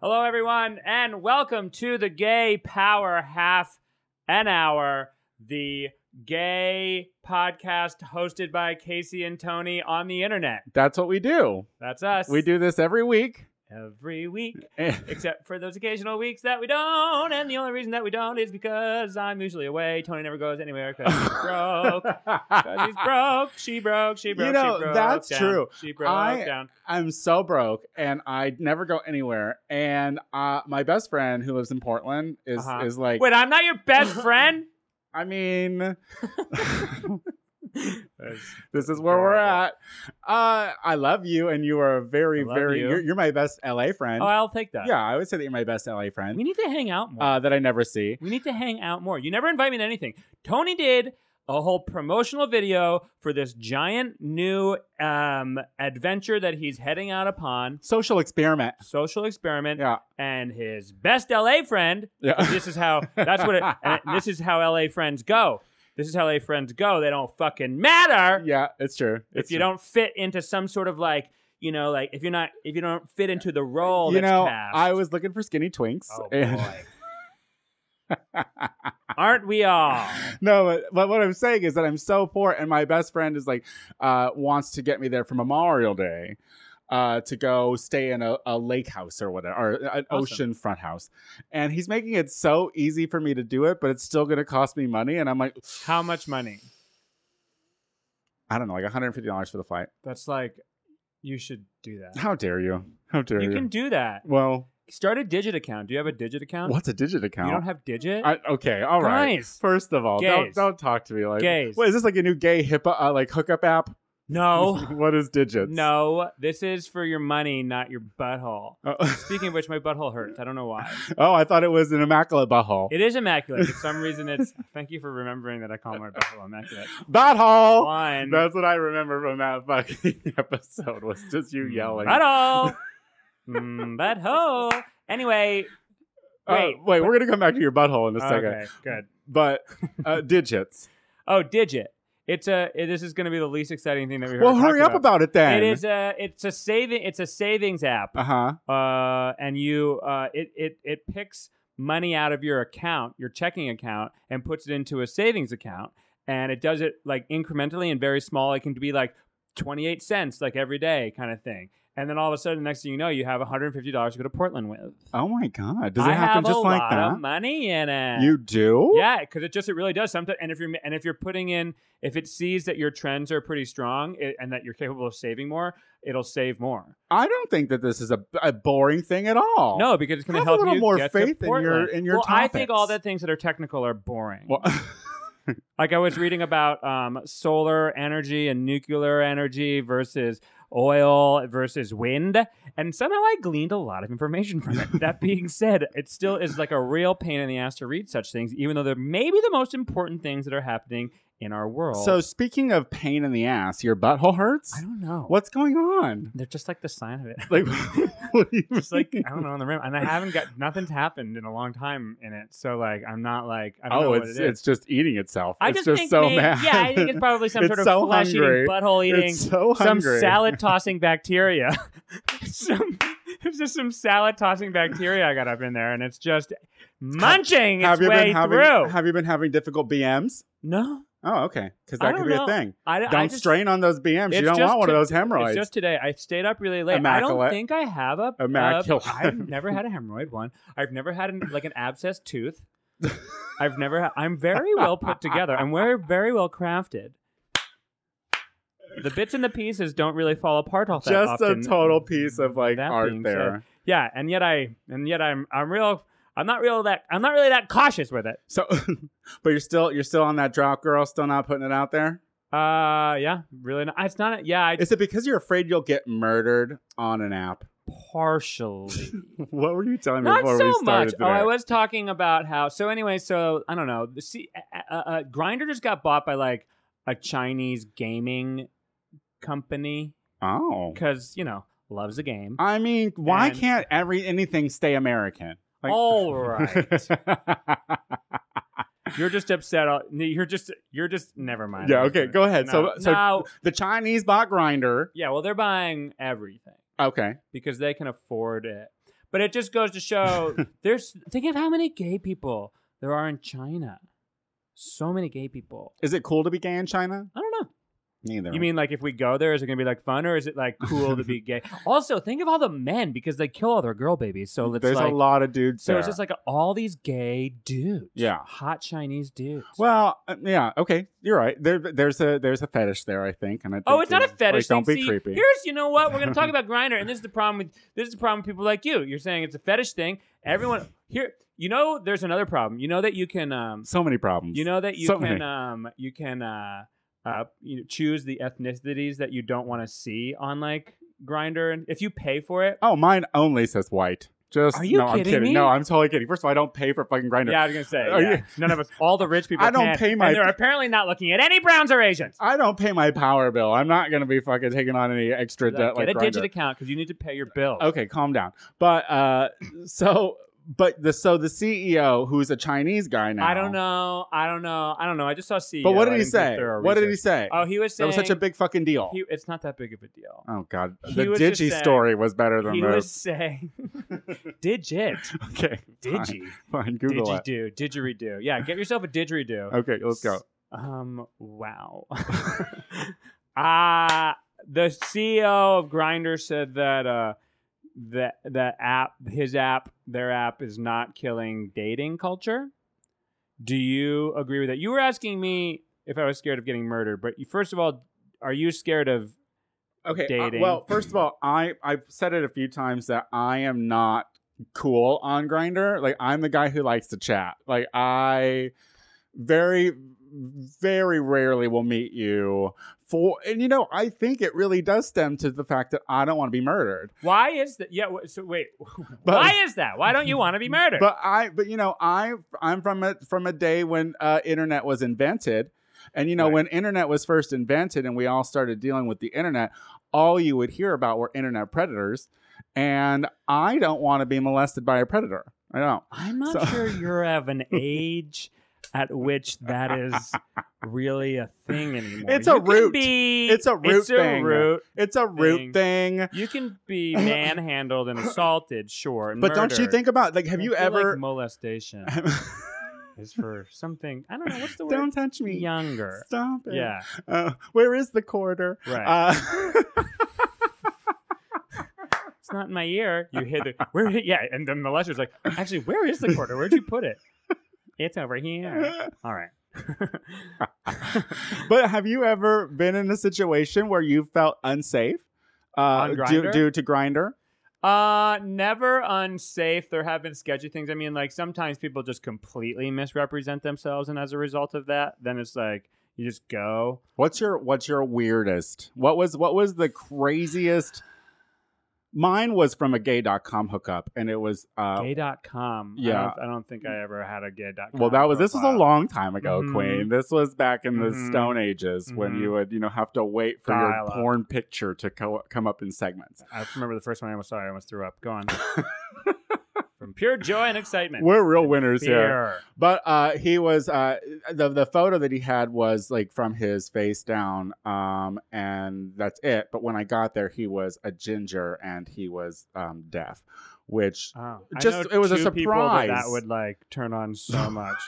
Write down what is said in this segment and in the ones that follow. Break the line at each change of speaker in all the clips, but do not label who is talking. Hello, everyone, and welcome to the Gay Power Half an Hour, the gay podcast hosted by Casey and Tony on the internet.
That's what we do.
That's us.
We do this every week.
every week,
Eh,
except for those occasional weeks that we don't. And the only reason that we don't is because I'm usually away. Tony never goes anywhere because he's broke. 'Cause he's broke. She broke. She
You
broke.
know,
she broke
that's
down.
true.
She broke
I-
down.
I'm so broke and I never go anywhere. And uh, my best friend who lives in Portland is
Uh-huh.
is like,
Wait, I'm not your best friend.
I mean,
That's-
this is where we're at.
Adorable.
Uh, I love you and you are a very,
I love
very,
you.
You're, you're my best LA friend.
oh, I'll take that.
yeah, I would say that you're my best LA
We
friend
need to hang out more.
uh, that I never see.
we need to hang out more. You never invite me to anything. Tony did a whole promotional video for this giant new um, adventure that he's heading out upon,
Social experiment.
social experiment,
Yeah.
and his best LA friend.
Yeah.
This is how. That's what. It, and this is how LA friends go. This is how LA friends go. They don't fucking matter
yeah, it's true.
if
It's
you
true.
don't fit into some sort of like. You know, like if you're not, if you don't fit into the role,
you
that's
know,
cast.
I was looking for skinny twinks.
Oh
and-
boy. Aren't we all?
no, but, but what I'm saying is that I'm so poor, and my best friend is like uh, wants to get me there for Memorial Day uh, to go stay in a, a lake house or whatever, or an
Awesome.
ocean front house. And he's making it so easy for me to do it, but it's still going to cost me money. And I'm like,
How much money?
I don't know, like 150 dollars for the flight.
That's like, you should do that.
How dare you? How dare you?
You can do that.
well,
Start a digit account. Do you have a digit account?
what's a digit account?
You don't have digit?
I, okay, all right.
Guys.
First of all,
Gays.
don't, don't talk to me like.
Gays.
What is this like a new gay hip uh, like hookup app?
No.
what is digits?
Oh. no. This is for your money, not your butthole.
Oh.
Speaking of which, my butthole hurts. I don't know why.
Oh, I thought it was an immaculate butthole.
It is immaculate. For some reason, it's. Thank you for remembering that I call my butthole immaculate.
Butthole.
One.
Oh, That's what I remember from that fucking episode was
Mm.
just you yelling.
Butthole. mm, butthole. Anyway.
Uh,
Wait.
wait, we're gonna come back to your butthole in a second.
Oh, Okay, good.
But uh, digits.
Oh, Digit. It's a. it- this is going to be the least exciting thing that we've.
well,
ever
hurry
talked
up about it then.
It is a. It's a saving. It's a savings app.
Uh huh. Ah.
Uh, and you. Uh, it it it picks money out of your account, your checking account, and puts it into a savings account. And it does it like incrementally and very small. It can be like twenty eight cents, like every day, kind of thing. And then all of a sudden, the next thing you know, you have one hundred and fifty dollars to go to Portland with.
Oh my god, does
I
it happen
have
just
a
like
lot
that?
of money in it.
You do?
Yeah, because it just it really does sometimes. And if you're and if you're putting in, if it sees that your trends are pretty strong it, and that you're capable of saving more, it'll save more.
I don't think that this is a, a boring thing at all.
No, because it's going
Have a
help
little
you
more
get
faith in
to
your-
Portland.
in your
Well, I think
topics.
all the things that are technical are boring.
Well,
like I was reading about um, solar energy and nuclear energy versus oil versus wind and somehow i gleaned a lot of information from it that being said it still is like a real pain in the ass to read such things even though they're maybe the most important things that are happening in our world
so speaking of pain in the ass, your butthole
I
hurts.
don't know.
What's going on?
They're just like the sign of it.
Like, what do you
It's like
mean?
I don't know on the rim, and I haven't got nothing's happened in a long time in it. So like I'm not like I don't know
Oh,
what
it's
it is.
it's just eating itself.
I
it's
just,
just
think
so
maybe-
mad.
yeah, I think it's probably some
It's
sort of
so
flesh eating,
hungry.
butthole eating,
It's so
some
hungry.
salad tossing bacteria. some there's just some salad tossing bacteria I got up in there, and it's just munching
have
its
you
way
been having
through.
Have you been having difficult BMs?
no,
Oh, okay. Because
I
that could
don't
be
know.
a thing.
I
Don't
I just,
strain on those BMs. You
It's
don't
just
want one of
to-
those hemorrhoids.
It's just today. I stayed up really late. I don't
Immaculate.
think I have a a-
Immaculate.
I've never had a hemorrhoid one. I've never had an, like an abscess tooth. I've never. Had, I'm very well put together. I'm very very well crafted. The bits and the pieces don't really fall apart all that
Just a
often.
total piece of like
That
art
being
there.
yeah, and yet I and yet I'm I'm real. I'm not real that I'm not really that cautious with it.
So, but you're still you're still on that drop, girl. Still not putting it out there.
Uh, yeah, really. Not, it's not. Yeah, I
Is it because you're afraid you'll get murdered on an app?
partially.
What were you telling me
Not
before
so
we started
much.
today?
Oh, I was talking about how. So anyway, so I don't know. The C, uh, uh, uh, Grinder just got bought by like a Chinese gaming company
Oh.
because you know loves a game.
I mean, why
And-
can't every anything stay American? Like-
All right, you're just upset. all- You're just you're just never mind.
Yeah, okay, go ahead. So-
No,
so-
now-
the Chinese bot grinder.
yeah, well, they're buying everything
Okay.
because they can afford it. But it just goes to show there's think of how many gay people there are in China. So many gay people.
Is it cool to be gay in China?
I don't know.
Neither.
You mean like if we go there, is it gonna be like fun or is it like cool to be gay? Also, think of all the men because they kill all their girl babies. So it's
there's
like,
a lot of dudes.
so it's
there.
just like all these gay dudes.
Yeah.
Hot Chinese dudes.
Well, uh, yeah, okay, you're right. There, there's a there's a fetish there, I think. And I
Oh,
think
it's not a
you're-
fetish.
Like, don't
thing.
be
See,
creepy.
Here's, you know what? We're going to talk about grinder, and this is the problem with this is the problem with people like you. You're saying it's a fetish thing. Everyone here, you know, there's another problem. You know that you can, um,
So many problems.
you know that you
So
can,
many.
um, you can, uh, uh, you know, choose the ethnicities that you don't want to see on like grinder, and if you pay for it,
Oh, mine only says white. Just
Are you
no,
kidding
I'm kidding.
me?
No, I'm totally kidding. First of all, I don't pay for fucking grinder.
yeah, I was gonna say,
Are
yeah.
you-
none of us, all the rich people,
Oh, I don't
can,
pay my-
And they're apparently not looking at any Browns or Asians.
I don't pay my power bill. I'm not gonna be fucking taking on any extra debt like
Get a
Grindr.
digit account because you need to pay your bills.
Okay, calm down. But uh, so but the so the CEO who's a Chinese guy now.
I don't know. I don't know. I don't know. I just saw E CEO.
But what
I
did he
didn't do
say?
thorough
What did he
research.
say?
Oh, he was
that
saying
was such a big fucking deal.
he- it's not that big of a deal.
oh god,
he
the
was just
Digi
saying-
story was better than
He
this.
was saying, "Digit,
okay,
digi,
fine. Google it.
digi-do, didgeridoo." Yeah, get yourself a didgeridoo.
Okay, let's go.
Um, wow. Ah, the CEO of Grinder said that uh, that that app, his app, their app is not killing dating culture. Do you agree with that? You were asking me if I was scared of getting murdered, but you, first of all, are you scared of?
Okay. uh,
Dating.
well, first of all, I I've said it a few times that I am not cool on Grinder. Like I'm the guy who likes to chat. Like I very very rarely will meet you for and you know I think it really does stem to the fact that I don't want to be murdered.
Why is that? Yeah. wh- So wait,
But
why is that? Why don't you want to be murdered?
But I, but you know, I, I'm from a from a day when uh, internet was invented, and you know,
Right.
when internet was first invented, and we all started dealing with the internet, all you would hear about were internet predators, and I don't want to be molested by a predator. I don't.
I'm not
So-
sure you're of an age at which that is really a thing anymore.
It's a
You can
root.
be-
It's a root
it's
thing.
A root.
It's a root thing.
You can be manhandled and assaulted, sure. and
But don't you
murdered.
think about like, have
I
you
feel like
ever?
molestation is for something? I don't know. What's the
don't
word?
touch me.
Younger.
Stop it.
Yeah.
Uh, where is the quarter?
Right.
Uh,
it's not in my ear. You hit the where? Yeah. And then the lesser's like, actually, where is the quarter? Where'd you put it? It's over here. All right.
but have you ever been in a situation where you felt unsafe uh,
On
due,
Grindr?
due to grinder?
Uh, never unsafe. There have been sketchy things. I mean, like sometimes people just completely misrepresent themselves, and as a result of that, then it's like you just go.
What's your What's your weirdest? What was What was the craziest? Mine was from a gay.com hookup, and it was uh,
Gay.com. I
yeah.
don't, I don't think I ever had a gay.com.
well, that was this was a
profile.
long time ago,
Mhm.
Queen. This was back in the
Mhm.
Stone Ages when
Mhm.
you would you know have to wait for
Dial
your
up.
porn picture to co- come up in segments.
I remember the first one I almost saw. I almost threw up. Go on. From pure joy and excitement.
We're real winners here.
Fear.
But uh, he was uh, the the photo that he had was like from his face down, um, and that's it. But when I got there, he was a ginger and he was um, deaf, which
Oh,
Just-
I know
it was a
two people That, that
surprise.
would like turn on so much.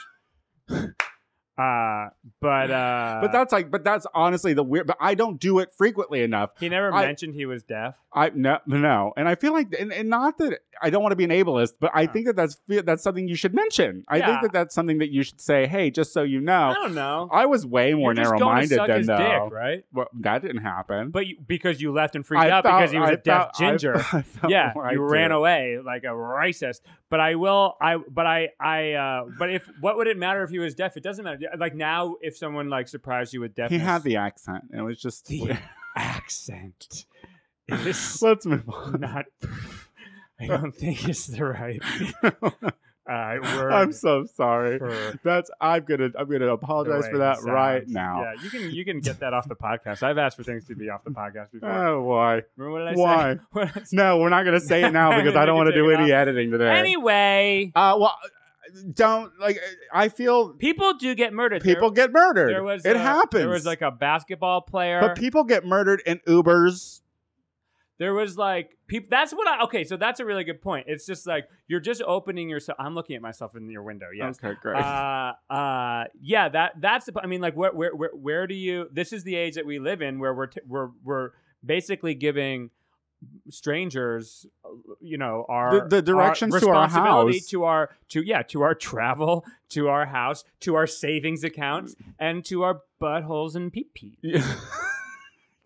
uh, but uh,
but that's like but that's honestly the weird. But I don't do it frequently enough.
he never
I-
mentioned he was deaf.
I no no, and I feel like and, and not that I don't want to be an ableist, but I
Huh.
think that that's that's something you should mention. I
Yeah.
think that that's something that you should say. Hey, just so you know,
I don't know.
I was way more
You're just
narrow
going to
minded
suck
than
his
though.
dick, right?
Well, that didn't happen.
But you, because you left and freaked
I
out
felt-
because he was a
I
deaf
felt- I
ginger.
felt- I felt
yeah,
what I
you ran
did.
away like a racist. But I will. I but I I uh but if what would it matter if he was deaf? It doesn't matter. Like now, if someone like surprised you with
He
deafness,
had the accent. and It was just.
The accent. It's
Let's move on.
not. I don't think it's the right uh, word.
I'm so sorry.
for
That's I'm gonna I'm gonna
the
apologize
way
for
it
that right
sounds.
now.
Yeah, you can you can get that off the podcast. I've asked for things to be off the podcast before.
Oh why?
Remember what I
Why?
said? What I said?
No, we're not gonna say it now because I don't
You
want to
can
do
take it
any editing today.
Anyway,
uh, well, don't like. I feel
people do get murdered. There-
people get murdered.
there, was
it
a-
happens.
There was like a basketball player.
but people get murdered in Ubers.
There was like people. That's what I. Okay, so that's a really good point. It's just like you're just opening yourself. I'm looking at myself in your window. Yes.
Okay, great.
Uh, uh, yeah. That that's. The, I mean, like, where, where where where do you? This is the age that we live in, where we're t- we're we're basically giving strangers, you know, our
The- the directions
our
to our
responsibility
house.
to our to yeah to our travel, to our house, to our savings accounts, and to our buttholes and pee pee.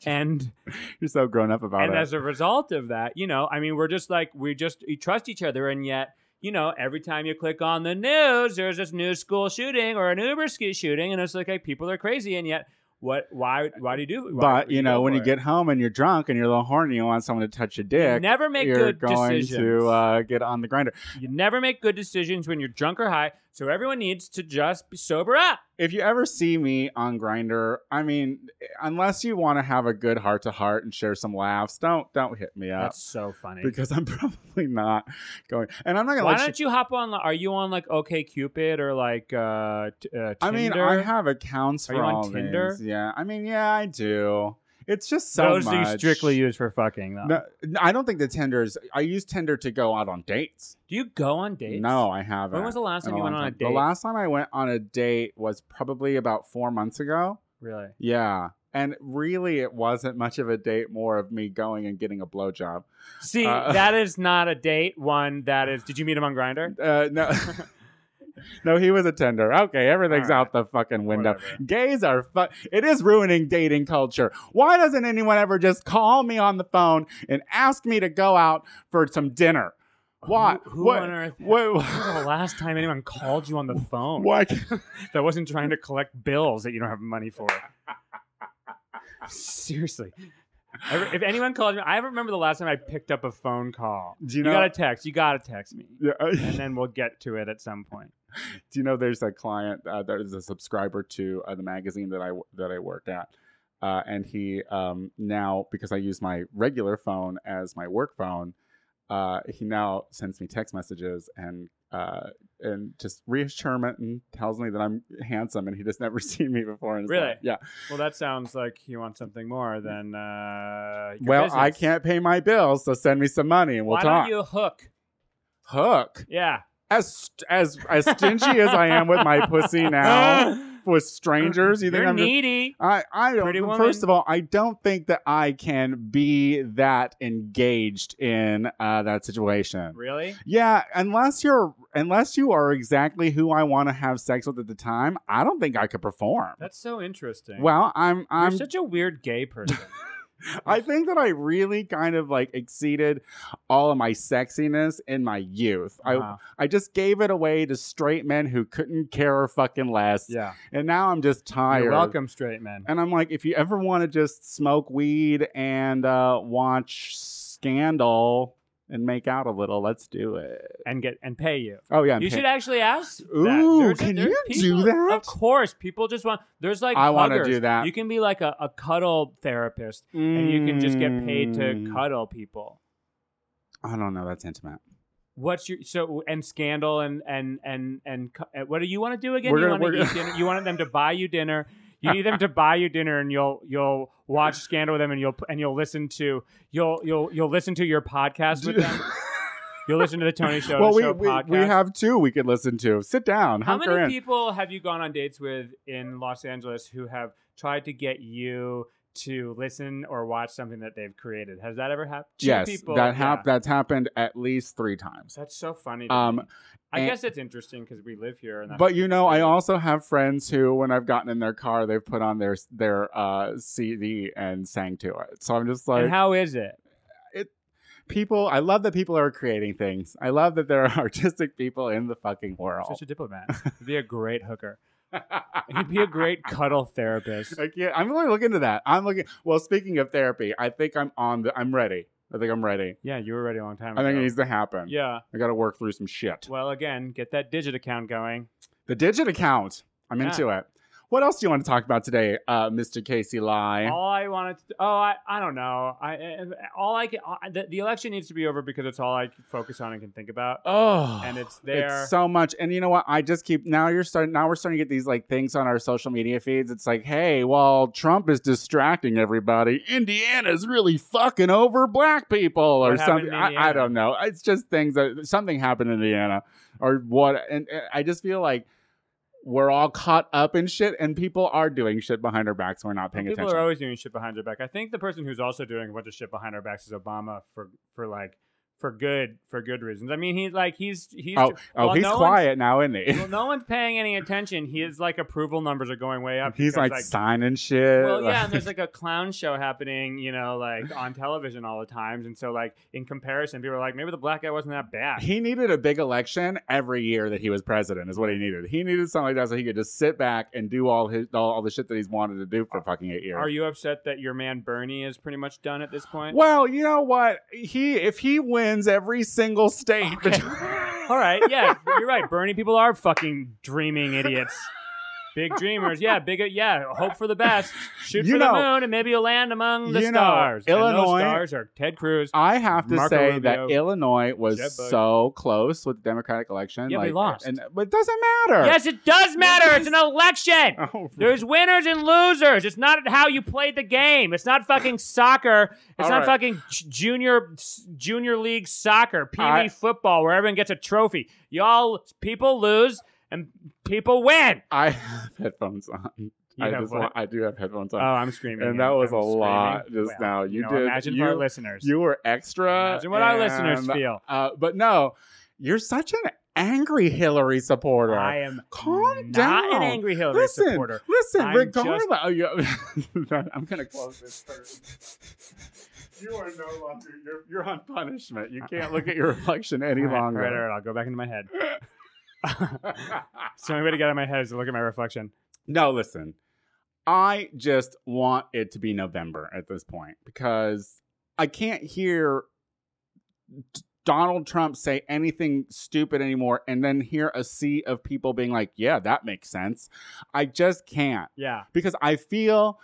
And
You're so grown up about
and
it.
as a result of that, you know, I mean, we're just like we just we trust each other, and yet, you know, every time you click on the news, there's this new school shooting or an Uber ski shooting, and it's like, like people are crazy, and yet, what? Why? Why do you do? Why,
but
do
you know,
go
when
for
you
it?
get home and you're drunk and you're a little horny, you want someone to touch your
You
dick.
never make
you're
good
going
decisions.
to uh, get on the grinder.
you never make good decisions when you're drunk or high. So everyone needs to just be sober up.
If you ever see me on grinder, I mean, unless you want to have a good heart to heart and share some laughs, don't don't hit me up
That's so funny.
because I'm probably not going. And I'm not gonna.
Why
let you-
don't you hop on? Are you on like OK Cupid or like uh, t- uh Tinder?
I mean, I have accounts
Are
for
you on
all
Tinder?
these. Yeah, I mean, yeah, I do. It's just so
those
much.
you strictly use for fucking though.
No, no, I don't think the Tinder's. I use Tinder to go out on dates.
Do you go on dates?
No, I haven't.
When was the last
In
time
a
you
long
went on a
time.
date?
The last time I went on a date was probably about four months ago.
Really?
Yeah. And really, it wasn't much of a date, more of me going and getting a blowjob.
See,
Uh,
that is not a date. One that is. Did you meet him on Grinder?
Uh, no, no, he was a Tinder. Okay, everything's
All right.
out the fucking window. Gays are fu- it is ruining dating culture. Why doesn't anyone ever just call me on the phone and ask me to go out for some dinner? Why?
Who, who
what?
on earth?
what-
When was the last time anyone called you on the phone
why?
that wasn't trying to collect bills that you don't have money for? Seriously. Every- If anyone calls me, I remember the last time I picked up a phone call.
Do you
You,
know?
got to text. You got to text me.
yeah.
And then we'll get to it at some point.
Do you know there's a client uh, that is a subscriber to uh, the magazine that I w- that I work at, uh, and he um, now because I use my regular phone as my work phone, uh, he now sends me text messages and uh, and just reassurement and tells me that I'm handsome, and he just never seen me before. in his
Really?
life. Yeah.
Well, that sounds like he wants something more than. Uh, your
well, I
business.
can't pay my bills, so send me some money and we'll
Why
talk.
don't you hook?
Hook
Yeah.
as st- as as stingy as I am with my pussy now with strangers. You think
You're
I'm just
needy.
I, I don't.
Pretty
First
Woman.
of all, I don't think that I can be that engaged in uh, that situation.
Really?
Yeah, unless you're unless you are exactly who I want to have sex with at the time, I don't think I could perform.
That's so interesting.
Well, I'm
you're
I'm
such a weird gay person.
I think that I really kind of like exceeded all of my sexiness in my youth.
Wow.
I I just gave it away to straight men who couldn't care a fucking less.
yeah.
And now I'm just tired.
You're welcome, straight man.
And I'm like, if you ever want to just smoke weed and uh, watch Scandal and make out a little, let's do it.
And get and pay you.
Oh yeah, I'm
You
pa-
should actually ask. that.
Ooh,
There's a-
can
there's
you
people-
do that?
Of course, people just want. There's like
I wanna
huggers.
do that.
You can be like a, a cuddle therapist, and you can just get paid to
Mm.
cuddle people.
I don't know. That's intimate.
What's your so and scandal and and and and cu- uh, what do you want to do again?
We're
you
gonna-
want
we're
to eat dinner. You want them to buy you dinner. You need them to buy you dinner, and you'll you'll watch scandal with them, and you'll and you'll listen to you'll you'll you'll listen to your podcast with them. You'll listen to the Tony Show,
well, we,
show
we,
podcast.
we have two we could listen to. Sit down.
How
hunker
many
in.
people have you gone on dates with in Los Angeles who have tried to get you to listen or watch something that they've created? Has that ever happened? Two
yes,
people.
that hap-
happened.
that's happened at least three times.
That's so funny. to
Um,
me. I
and-
guess it's interesting because we live here, and that's
But you know, I also have friends who, when I've gotten in their car, they've put on their their uh, CD and sang to it. So I'm just like,
and how is it?
people i love that people are creating things i love that there are artistic people in the fucking world
Such a diplomat. You'd be a great hooker. You'd be a great cuddle therapist.
I can't, i'm really looking to that i'm looking well speaking of therapy i think i'm on the i'm ready i think i'm ready
Yeah, you were ready a long time
i think it
ago.
needs to happen
Yeah.
i gotta work through some shit
Well, again, get that digit account going.
the digit account i'm
Yeah.
into it What else do you want to talk about today, uh, Mr. Casey Lie?
All I wanted to, oh, I, I don't know. I, I- all I can, I- the, the election needs to be over because it's all I can focus on and can think about.
Oh,
And it's there.
It's so much. And you know what? I just keep now you're starting now we're starting to get these like things on our social media feeds. It's like, hey, while Trump is distracting everybody, Indiana's really fucking over black people or
What happened
something.
in
I, I
Indiana?
don't know. It's just things that something happened in Indiana or what and, and I just feel like we're all caught up in shit and people are doing shit behind our backs. We're not paying
People
attention.
are always doing shit behind your back. I think the person who's also doing a bunch of shit behind our backs is Obama for for like for good for good reasons. I mean, he's like he's he's
oh,
well,
he's
no one's-
quiet now, isn't he?
well, no one's paying any attention. His like approval numbers are going way up.
he's
because,
like, signing shit.
well, yeah, and
like-
there's like a clown show happening, you know, like on television all the times, and so like in comparison, people are like, maybe the black guy wasn't that bad.
he needed a big election every year that he was president is what he needed. He needed something like that so he could just sit back and do all his all, all the shit that he's wanted to do for fucking eight years.
Are you upset that your man Bernie is pretty much done at this point?
well, you know what? He if he wins every single state,
Okay. All right, yeah, you're right. Bernie people are fucking dreaming idiots. Big dreamers, yeah, big, yeah. Hope for the best. Shoot
You
for the
know-
moon, and maybe you'll land among the
You know,
stars. And those
Illinois-
stars are Ted Cruz.
I have to
Marco
say
Rubio,
that Illinois was
Jeb Bush.
so close with the Democratic election.
Yeah,
like,
we lost.
and but it doesn't matter.
Yes, it does matter. It's an election.
Oh,
There's winners and losers. It's not how you played the game. It's not fucking soccer. It's
All
not
right.
fucking j- junior junior league soccer, pee
I-
wee football, where everyone gets a trophy. Y'all people lose and people win.
I have headphones on.
You
I,
have
just,
what?
want- I do have headphones
Oh,
on.
I'm screaming.
and that was
I'm
a lot
screaming.
just
Well,
now. You
know,
did.
Imagine
you,
for our listeners.
you were extra.
imagine what our listeners
and
feel.
Uh, but no, you're such an angry Hillary supporter.
I am not
Calm down.
an angry Hillary
listen,
supporter.
listen,
I'm
regardless. Oh, yeah. I'm gonna close this. First. you are no longer. You're, you're on punishment. You can't look at your election any
All right,
longer.
All right, all right, I'll go back into my head. so the only way to get out of my head is to look at my reflection.
No, listen. I just want it to be November at this point because I can't hear D- Donald Trump say anything stupid anymore and then hear a sea of people being like, yeah, that makes sense. I just can't
Yeah.
because I feel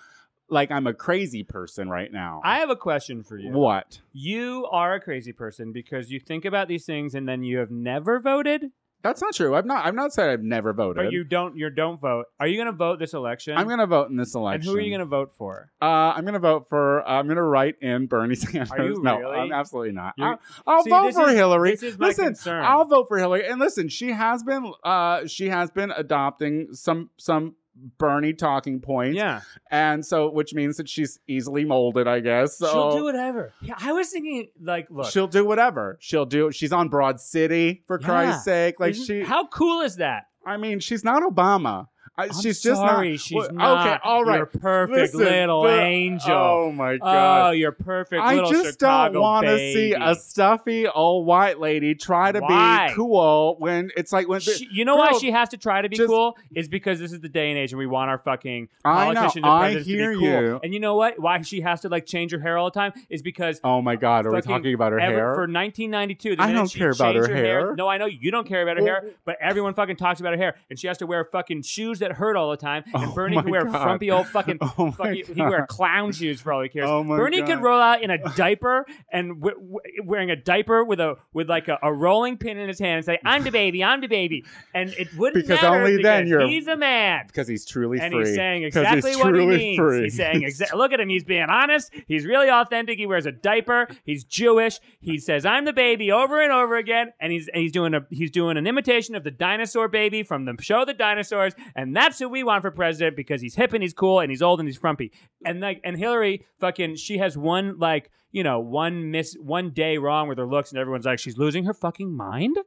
like I'm a crazy person right now.
I have a question for you.
What?
You are a crazy person because you think about these things and then you have never voted,
That's not true. I've not I've not said I've never voted.
but you don't you don't vote. Are you going to vote this election?
I'm going to vote in this
And
election.
who are you going to vote for?
Uh, I'm gonna vote for. uh, I'm gonna write in Bernie Sanders.
you
no,
really?
I'm absolutely not.
You're-
I'll, I'll
See,
vote
this
for
is-
Hillary.
This is my
listen,
concern.
I'll vote for Hillary. And listen, she has been. Uh, she has been adopting some some Bernie talking points.
yeah,
and so which means that she's easily molded, I guess. So
she'll do whatever. Yeah, I was thinking like, look,
she'll do whatever. She'll do. She's on Broad City for
Yeah.
Christ's sake. Like
isn't-
she.
how cool is that?
I mean, she's not Obama. I,
I'm
she's just not.
sorry, she's
well,
not.
Okay, all right.
Your perfect
Listen,
little
but-
angel.
Oh my god.
Oh, your perfect
I
little
just
Chicago
don't want to
baby.
see a stuffy old white lady try to
Why?
be cool when it's like when
She- you know why
girl,
she has to try to be
just-
cool is because this is the day and age, and we want our fucking
I know.
politicians and
I
presidents
hear
to be cool.
you.
And you know what? Why she has to like change her hair all the time is because
Oh my god, are we
Fucking
talking about her
ever-
hair?
for 1992, the
I
minute
don't
she
care about
changed
her hair.
No, I know you don't care about her
Well-
hair, but everyone fucking talks about her hair, and she has to wear fucking shoes that hurt all the time. And
Oh
Bernie can
my
wear
God.
frumpy old fucking.
oh my
fucking he
God.
wear clown shoes for all he cares.
Oh my
Bernie
god.
could roll out in a diaper and w- w- wearing a diaper with a with like a, a rolling pin in his hand and say, "I'm the baby, I'm the baby," and it wouldn't
Because
matter
only then
because
you're-
he's a man.
because he's truly
And
free.
he's saying
'Cause he's
exactly what he
truly
means.
free.
He's saying, exa- "Look at him. He's being honest. He's really authentic. He wears a diaper. He's Jewish. He says, "I'm the baby," over and over again. And he's and he's doing a he's doing an imitation of the dinosaur baby from the show The Dinosaurs. And that's who we want for president because he's hip and he's cool and he's old and he's frumpy. And like and Hillary, fucking, she has one like you know one miss one day wrong with her looks, and everyone's like, she's losing her fucking mind.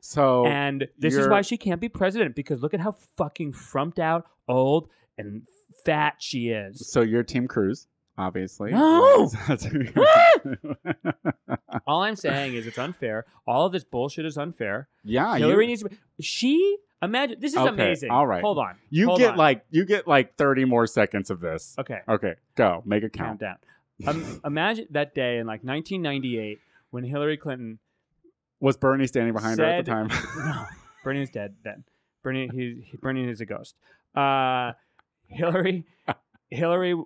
so
And this is
you're-
why she can't be president because look at how fucking frumped out, old, and fat she is.
so you're Team Cruise, obviously.
No!
That's who you-
All I'm saying is it's unfair. All of this bullshit is unfair.
yeah,
Hillary
you,
needs to be. She, imagine. This is
Ah, Okay,
amazing.
all right.
Hold on.
you
hold
get
on.
like you get like 30 more seconds of this.
Okay.
Okay, go. Make it count.
Countdown. Um, imagine that day in like 1998 when Hillary Clinton.
Was Bernie standing behind her at the
Said-
time?
No, Bernie is dead then. Bernie, he, he- Bernie is a ghost. Uh, Hillary, Hillary,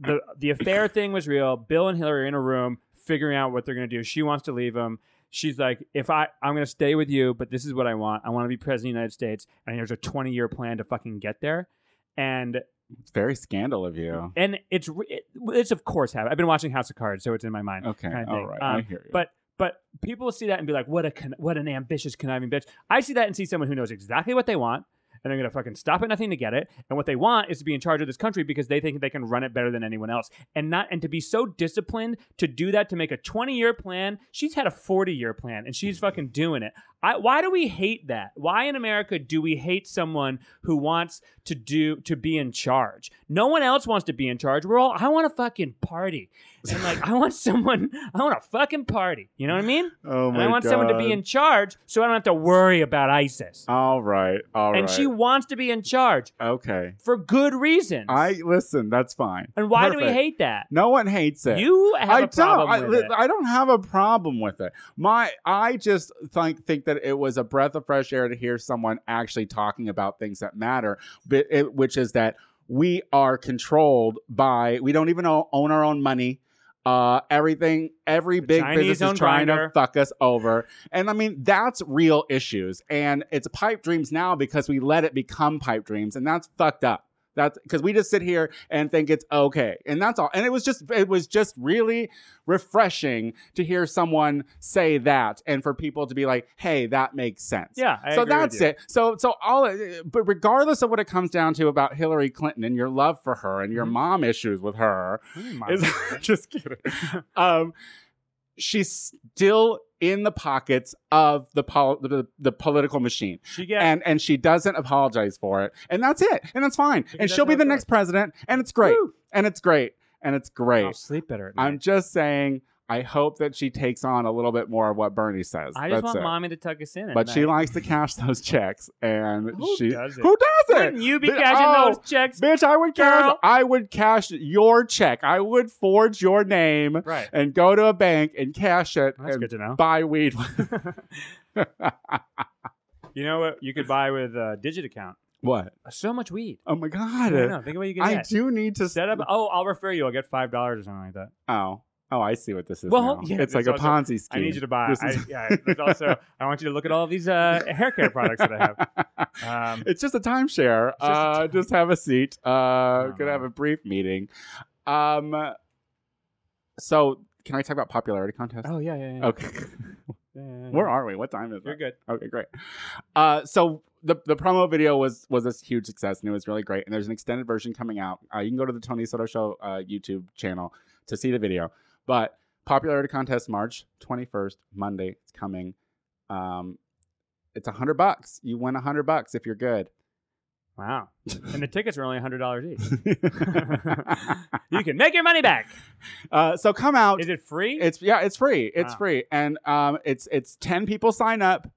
the the affair thing was real. Bill and Hillary are in a room figuring out what they're gonna do. She wants to leave him. She's like, if I I'm gonna stay with you, but this is what I want. I want to be president of the United States, and here's a 20 year plan to fucking get there. And
It's very scandal of you.
and it's re- it, it's of course happened. I've been watching House of Cards, so it's in my mind.
Okay,
Kind of
all
thing.
right. I
Um,
hear you.
but- But people see that and be like, "What a con- what an ambitious conniving bitch." I see that and see someone who knows exactly what they want, and they're gonna fucking stop at nothing to get it. And what they want is to be in charge of this country because they think they can run it better than anyone else, and not and to be so disciplined to do that to make a twenty year plan. She's had a forty year plan, and she's fucking doing it. I, why do we hate that? Why in America do we hate someone who wants to do to be in charge? No one else wants to be in charge. We're all I want to fucking party, and like I want someone I want a fucking party. You know what I mean?
oh
and I want someone to be in charge so I don't have to worry about ISIS.
All right. all right.
and she wants to be in charge
Okay.
for good reasons.
I listen. That's fine.
and why do we
Perfect.
hate that?
No one hates it.
You have
I
a problem
don't. I,
with
li-
it.
I don't have a problem with it. My, I just think think that it was a breath of fresh air to hear someone actually talking about things that matter, but it, which is that we are controlled by. We don't even o- own our own money. Uh, everything, every
The
big
Chinese
business
own
is trying
Grindr.
to fuck us over, and I mean that's real issues, and it's pipe dreams now because we let it become pipe dreams, and that's fucked up. That's because we just sit here and think it's okay, and that's all. And it was just, it was just really refreshing to hear someone say that, and for people to be like, "Hey, that makes sense."
yeah. I
so
agree with
that's
you.
it. So, so all, but regardless of what it comes down to about Hillary Clinton and your love for her and your
Mhm.
mom issues with her,
Oh
is, just kidding. Um, she's still in the pockets of the pol- the, the political machine
She gets
and and she doesn't apologize for it and that's it and that's fine
Because
and
that's
she'll be
how it
the
goes.
next president and it's great
Woo.
and it's great and it's great
I'll sleep better. At night.
i'm just saying i hope that she takes on a little bit more of what bernie says
I just
that's
want
it.
mommy to tuck us in. At
but she
night.
likes to cash those checks and
Who
she
does it?
who does it
Wouldn't you be
But-
cashing
oh,
those checks?
bitch i would cash
Girl.
i would cash your check i would forge your name
Right.
and go to a bank and cash it
That's
and
good to know.
buy weed
You know what you could buy with a digit account?
what
So much weed.
oh my
I
god
don't know. Think about what you can
I
get.
do need to
Set up. Oh, I'll refer you. I'll get five dollars or something like that.
Oh, oh, I see what this is.
Well,
now.
yeah,
it's like a
that's
Ponzi scheme.
I need you to buy.
This
I,
is-
yeah, there's also, I want you to look at all these uh, hair care products that I have. Um,
it's just a timeshare.
It's just a Uh-huh.
uh,
time-
just have a seat. Uh,
no.
gonna have a brief meeting. Um, so can I talk about popularity contest?
oh yeah, yeah, yeah.
Okay,
Yeah, yeah, yeah.
where are we? What time is
You're
it?
good.
Okay, great. Uh, so the the promo video was was a huge success and it was really great. And there's an extended version coming out. Uh, you can go to the Tony Soto Show uh, YouTube channel to see the video. But popularity contest March 21st, Monday. It's coming. Um, it's a hundred bucks. You win a hundred bucks if you're good.
Wow. And the tickets are only hundred dollars each. You can make your money back.
uh, so come out.
Is it free?
It's yeah, it's free. It's
Wow.
free, and um, it's it's ten people sign up,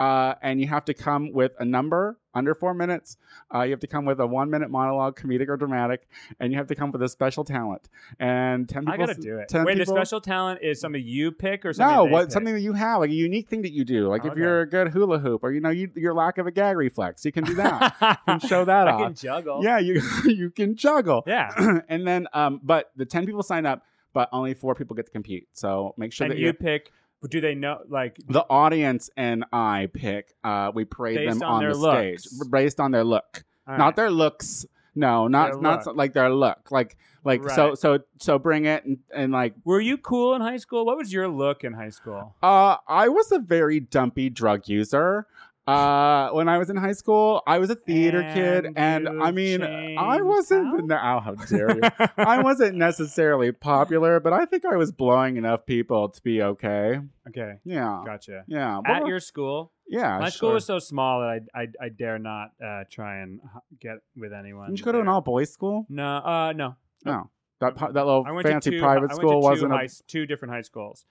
uh, and you have to come with a number under four minutes. Uh, you have to come with a one minute monologue, comedic or dramatic, and you have to come with a special talent. And ten people.
I gotta do it.
ten
Wait,
people-
the special talent is something you pick or something?
No,
they
what
pick?
something that you have, like a unique thing that you do, like if
Okay.
you're a good hula hoop or you know you, your lack of a gag reflex, you can do that. you can show that
I
off.
can juggle.
yeah, you you can juggle.
Yeah.
and then, um, but the ten people sign up, but only four people get to compete. So make sure
and
that
you
you're-
pick. Do they know? Like,
the audience and I pick. Uh, we parade
Based
them
on
on,
their
the
looks.
stage based on their look,
all
not
right.
their looks. No, not
Their
not
look.
so- like their look. Like like so
Right.
so so bring it and, and like
Were you cool in high school? What was your look in high school?
uh, I was a very dumpy drug user. Uh, when I was in high school, I was a theater kid,
And
and
you
I mean, I
changed
wasn't.
out?
No, how dare you? I wasn't necessarily popular, but I think I was blowing enough people to be okay.
okay,
Yeah,
gotcha.
yeah, But
At
we're-
your school,
yeah.
my school
sure.
was so small that I I, I dare not uh, try and h- get with anyone.
Didn't you go to an
there.
all boys school?
No, uh, no.
No, that pu- that little
I went
fancy
to two,
private
I went to
school
two
wasn't.
high,
A,
two different high schools,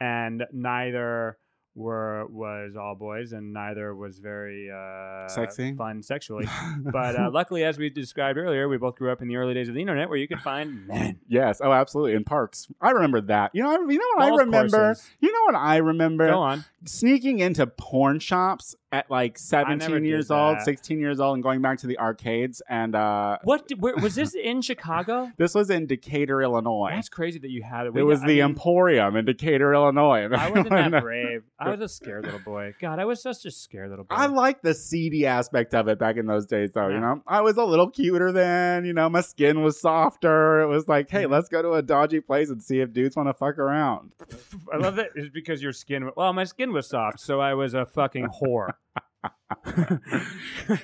and neither were was all boys, and neither was very uh,
Sexy?
fun sexually. But uh, luckily, as we described earlier, we both grew up in the early days of the internet, where you could find men.
yes, oh, absolutely in parks. I remember Uh, that. You know, I, you know what I
Golf
remember.
courses.
You know what I remember.
Go on.
sneaking into porn shops at like
never
17
did
years old,
that.
16 years old, and going back to the arcades. And uh,
What did, where, was this in Chicago?
this was in Decatur, Illinois.
That's crazy that you had it.
it
We-
was
I
the
mean,
Emporium in Decatur, Illinois.
I wasn't that brave. I was a scared little boy. God, I was such a scared little boy.
I like the seedy aspect of it back in those days, though.
Yeah.
You know, I was a little cuter then. You know, my skin was softer. It was like, hey,
Mhm.
let's go to a dodgy place and see if dudes want to fuck around.
I love that it's because your skin. Well, my skin was soft, so I was a fucking whore.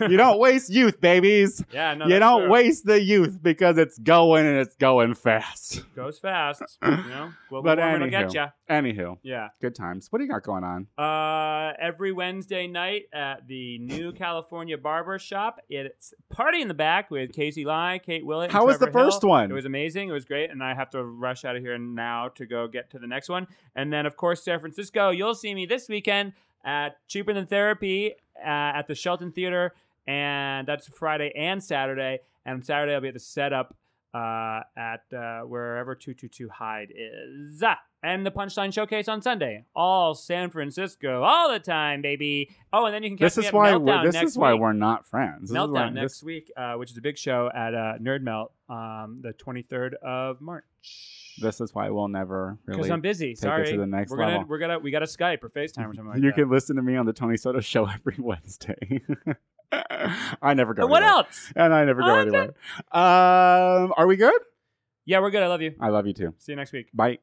you don't waste youth, babies.
Yeah, no,
you
that's
don't
true.
waste the youth because it's going and it's going fast.
Goes fast, you know. Global
But
warming will
anywho.
get ya.
Anywho,
Yeah.
good times. What do you got going on?
Uh, every Wednesday night at the New California Barber Shop, it's party in the back with Casey Lai, Kate Willett. and
How was the
Trevor Hill.
first one?
It was amazing. It was great, and I have to rush out of here now to go get to the next one. And then, of course, San Francisco. You'll see me this weekend at Cheaper Than Therapy uh, at the Shelton Theater, and that's Friday and Saturday. And Saturday I'll be at the setup uh, at uh, wherever two two two Hide is, and the Punchline Showcase on Sunday. All San Francisco, all the time, baby. Oh, and then you can catch
This
me
is
at
why.
Meltdown
We're, this
next
is why
week.
we're not friends. This is why-
Meltdown
this-
next week, uh, which is a big show at uh, Nerd Melt, um, the 23rd of March.
This, is why we'll never
Because
really
I'm busy.
take it
Sorry,
to the next
we're gonna
level.
we're gonna we got to Skype or FaceTime or something like
you
that.
can listen to me on the Tony Soto Show every Wednesday. I never go.
And Oh, what
anywhere.
else?
And I never go
I'm
anywhere. Um, are we good?
Yeah, we're good. I love you.
I love you too.
See you next week.
Bye.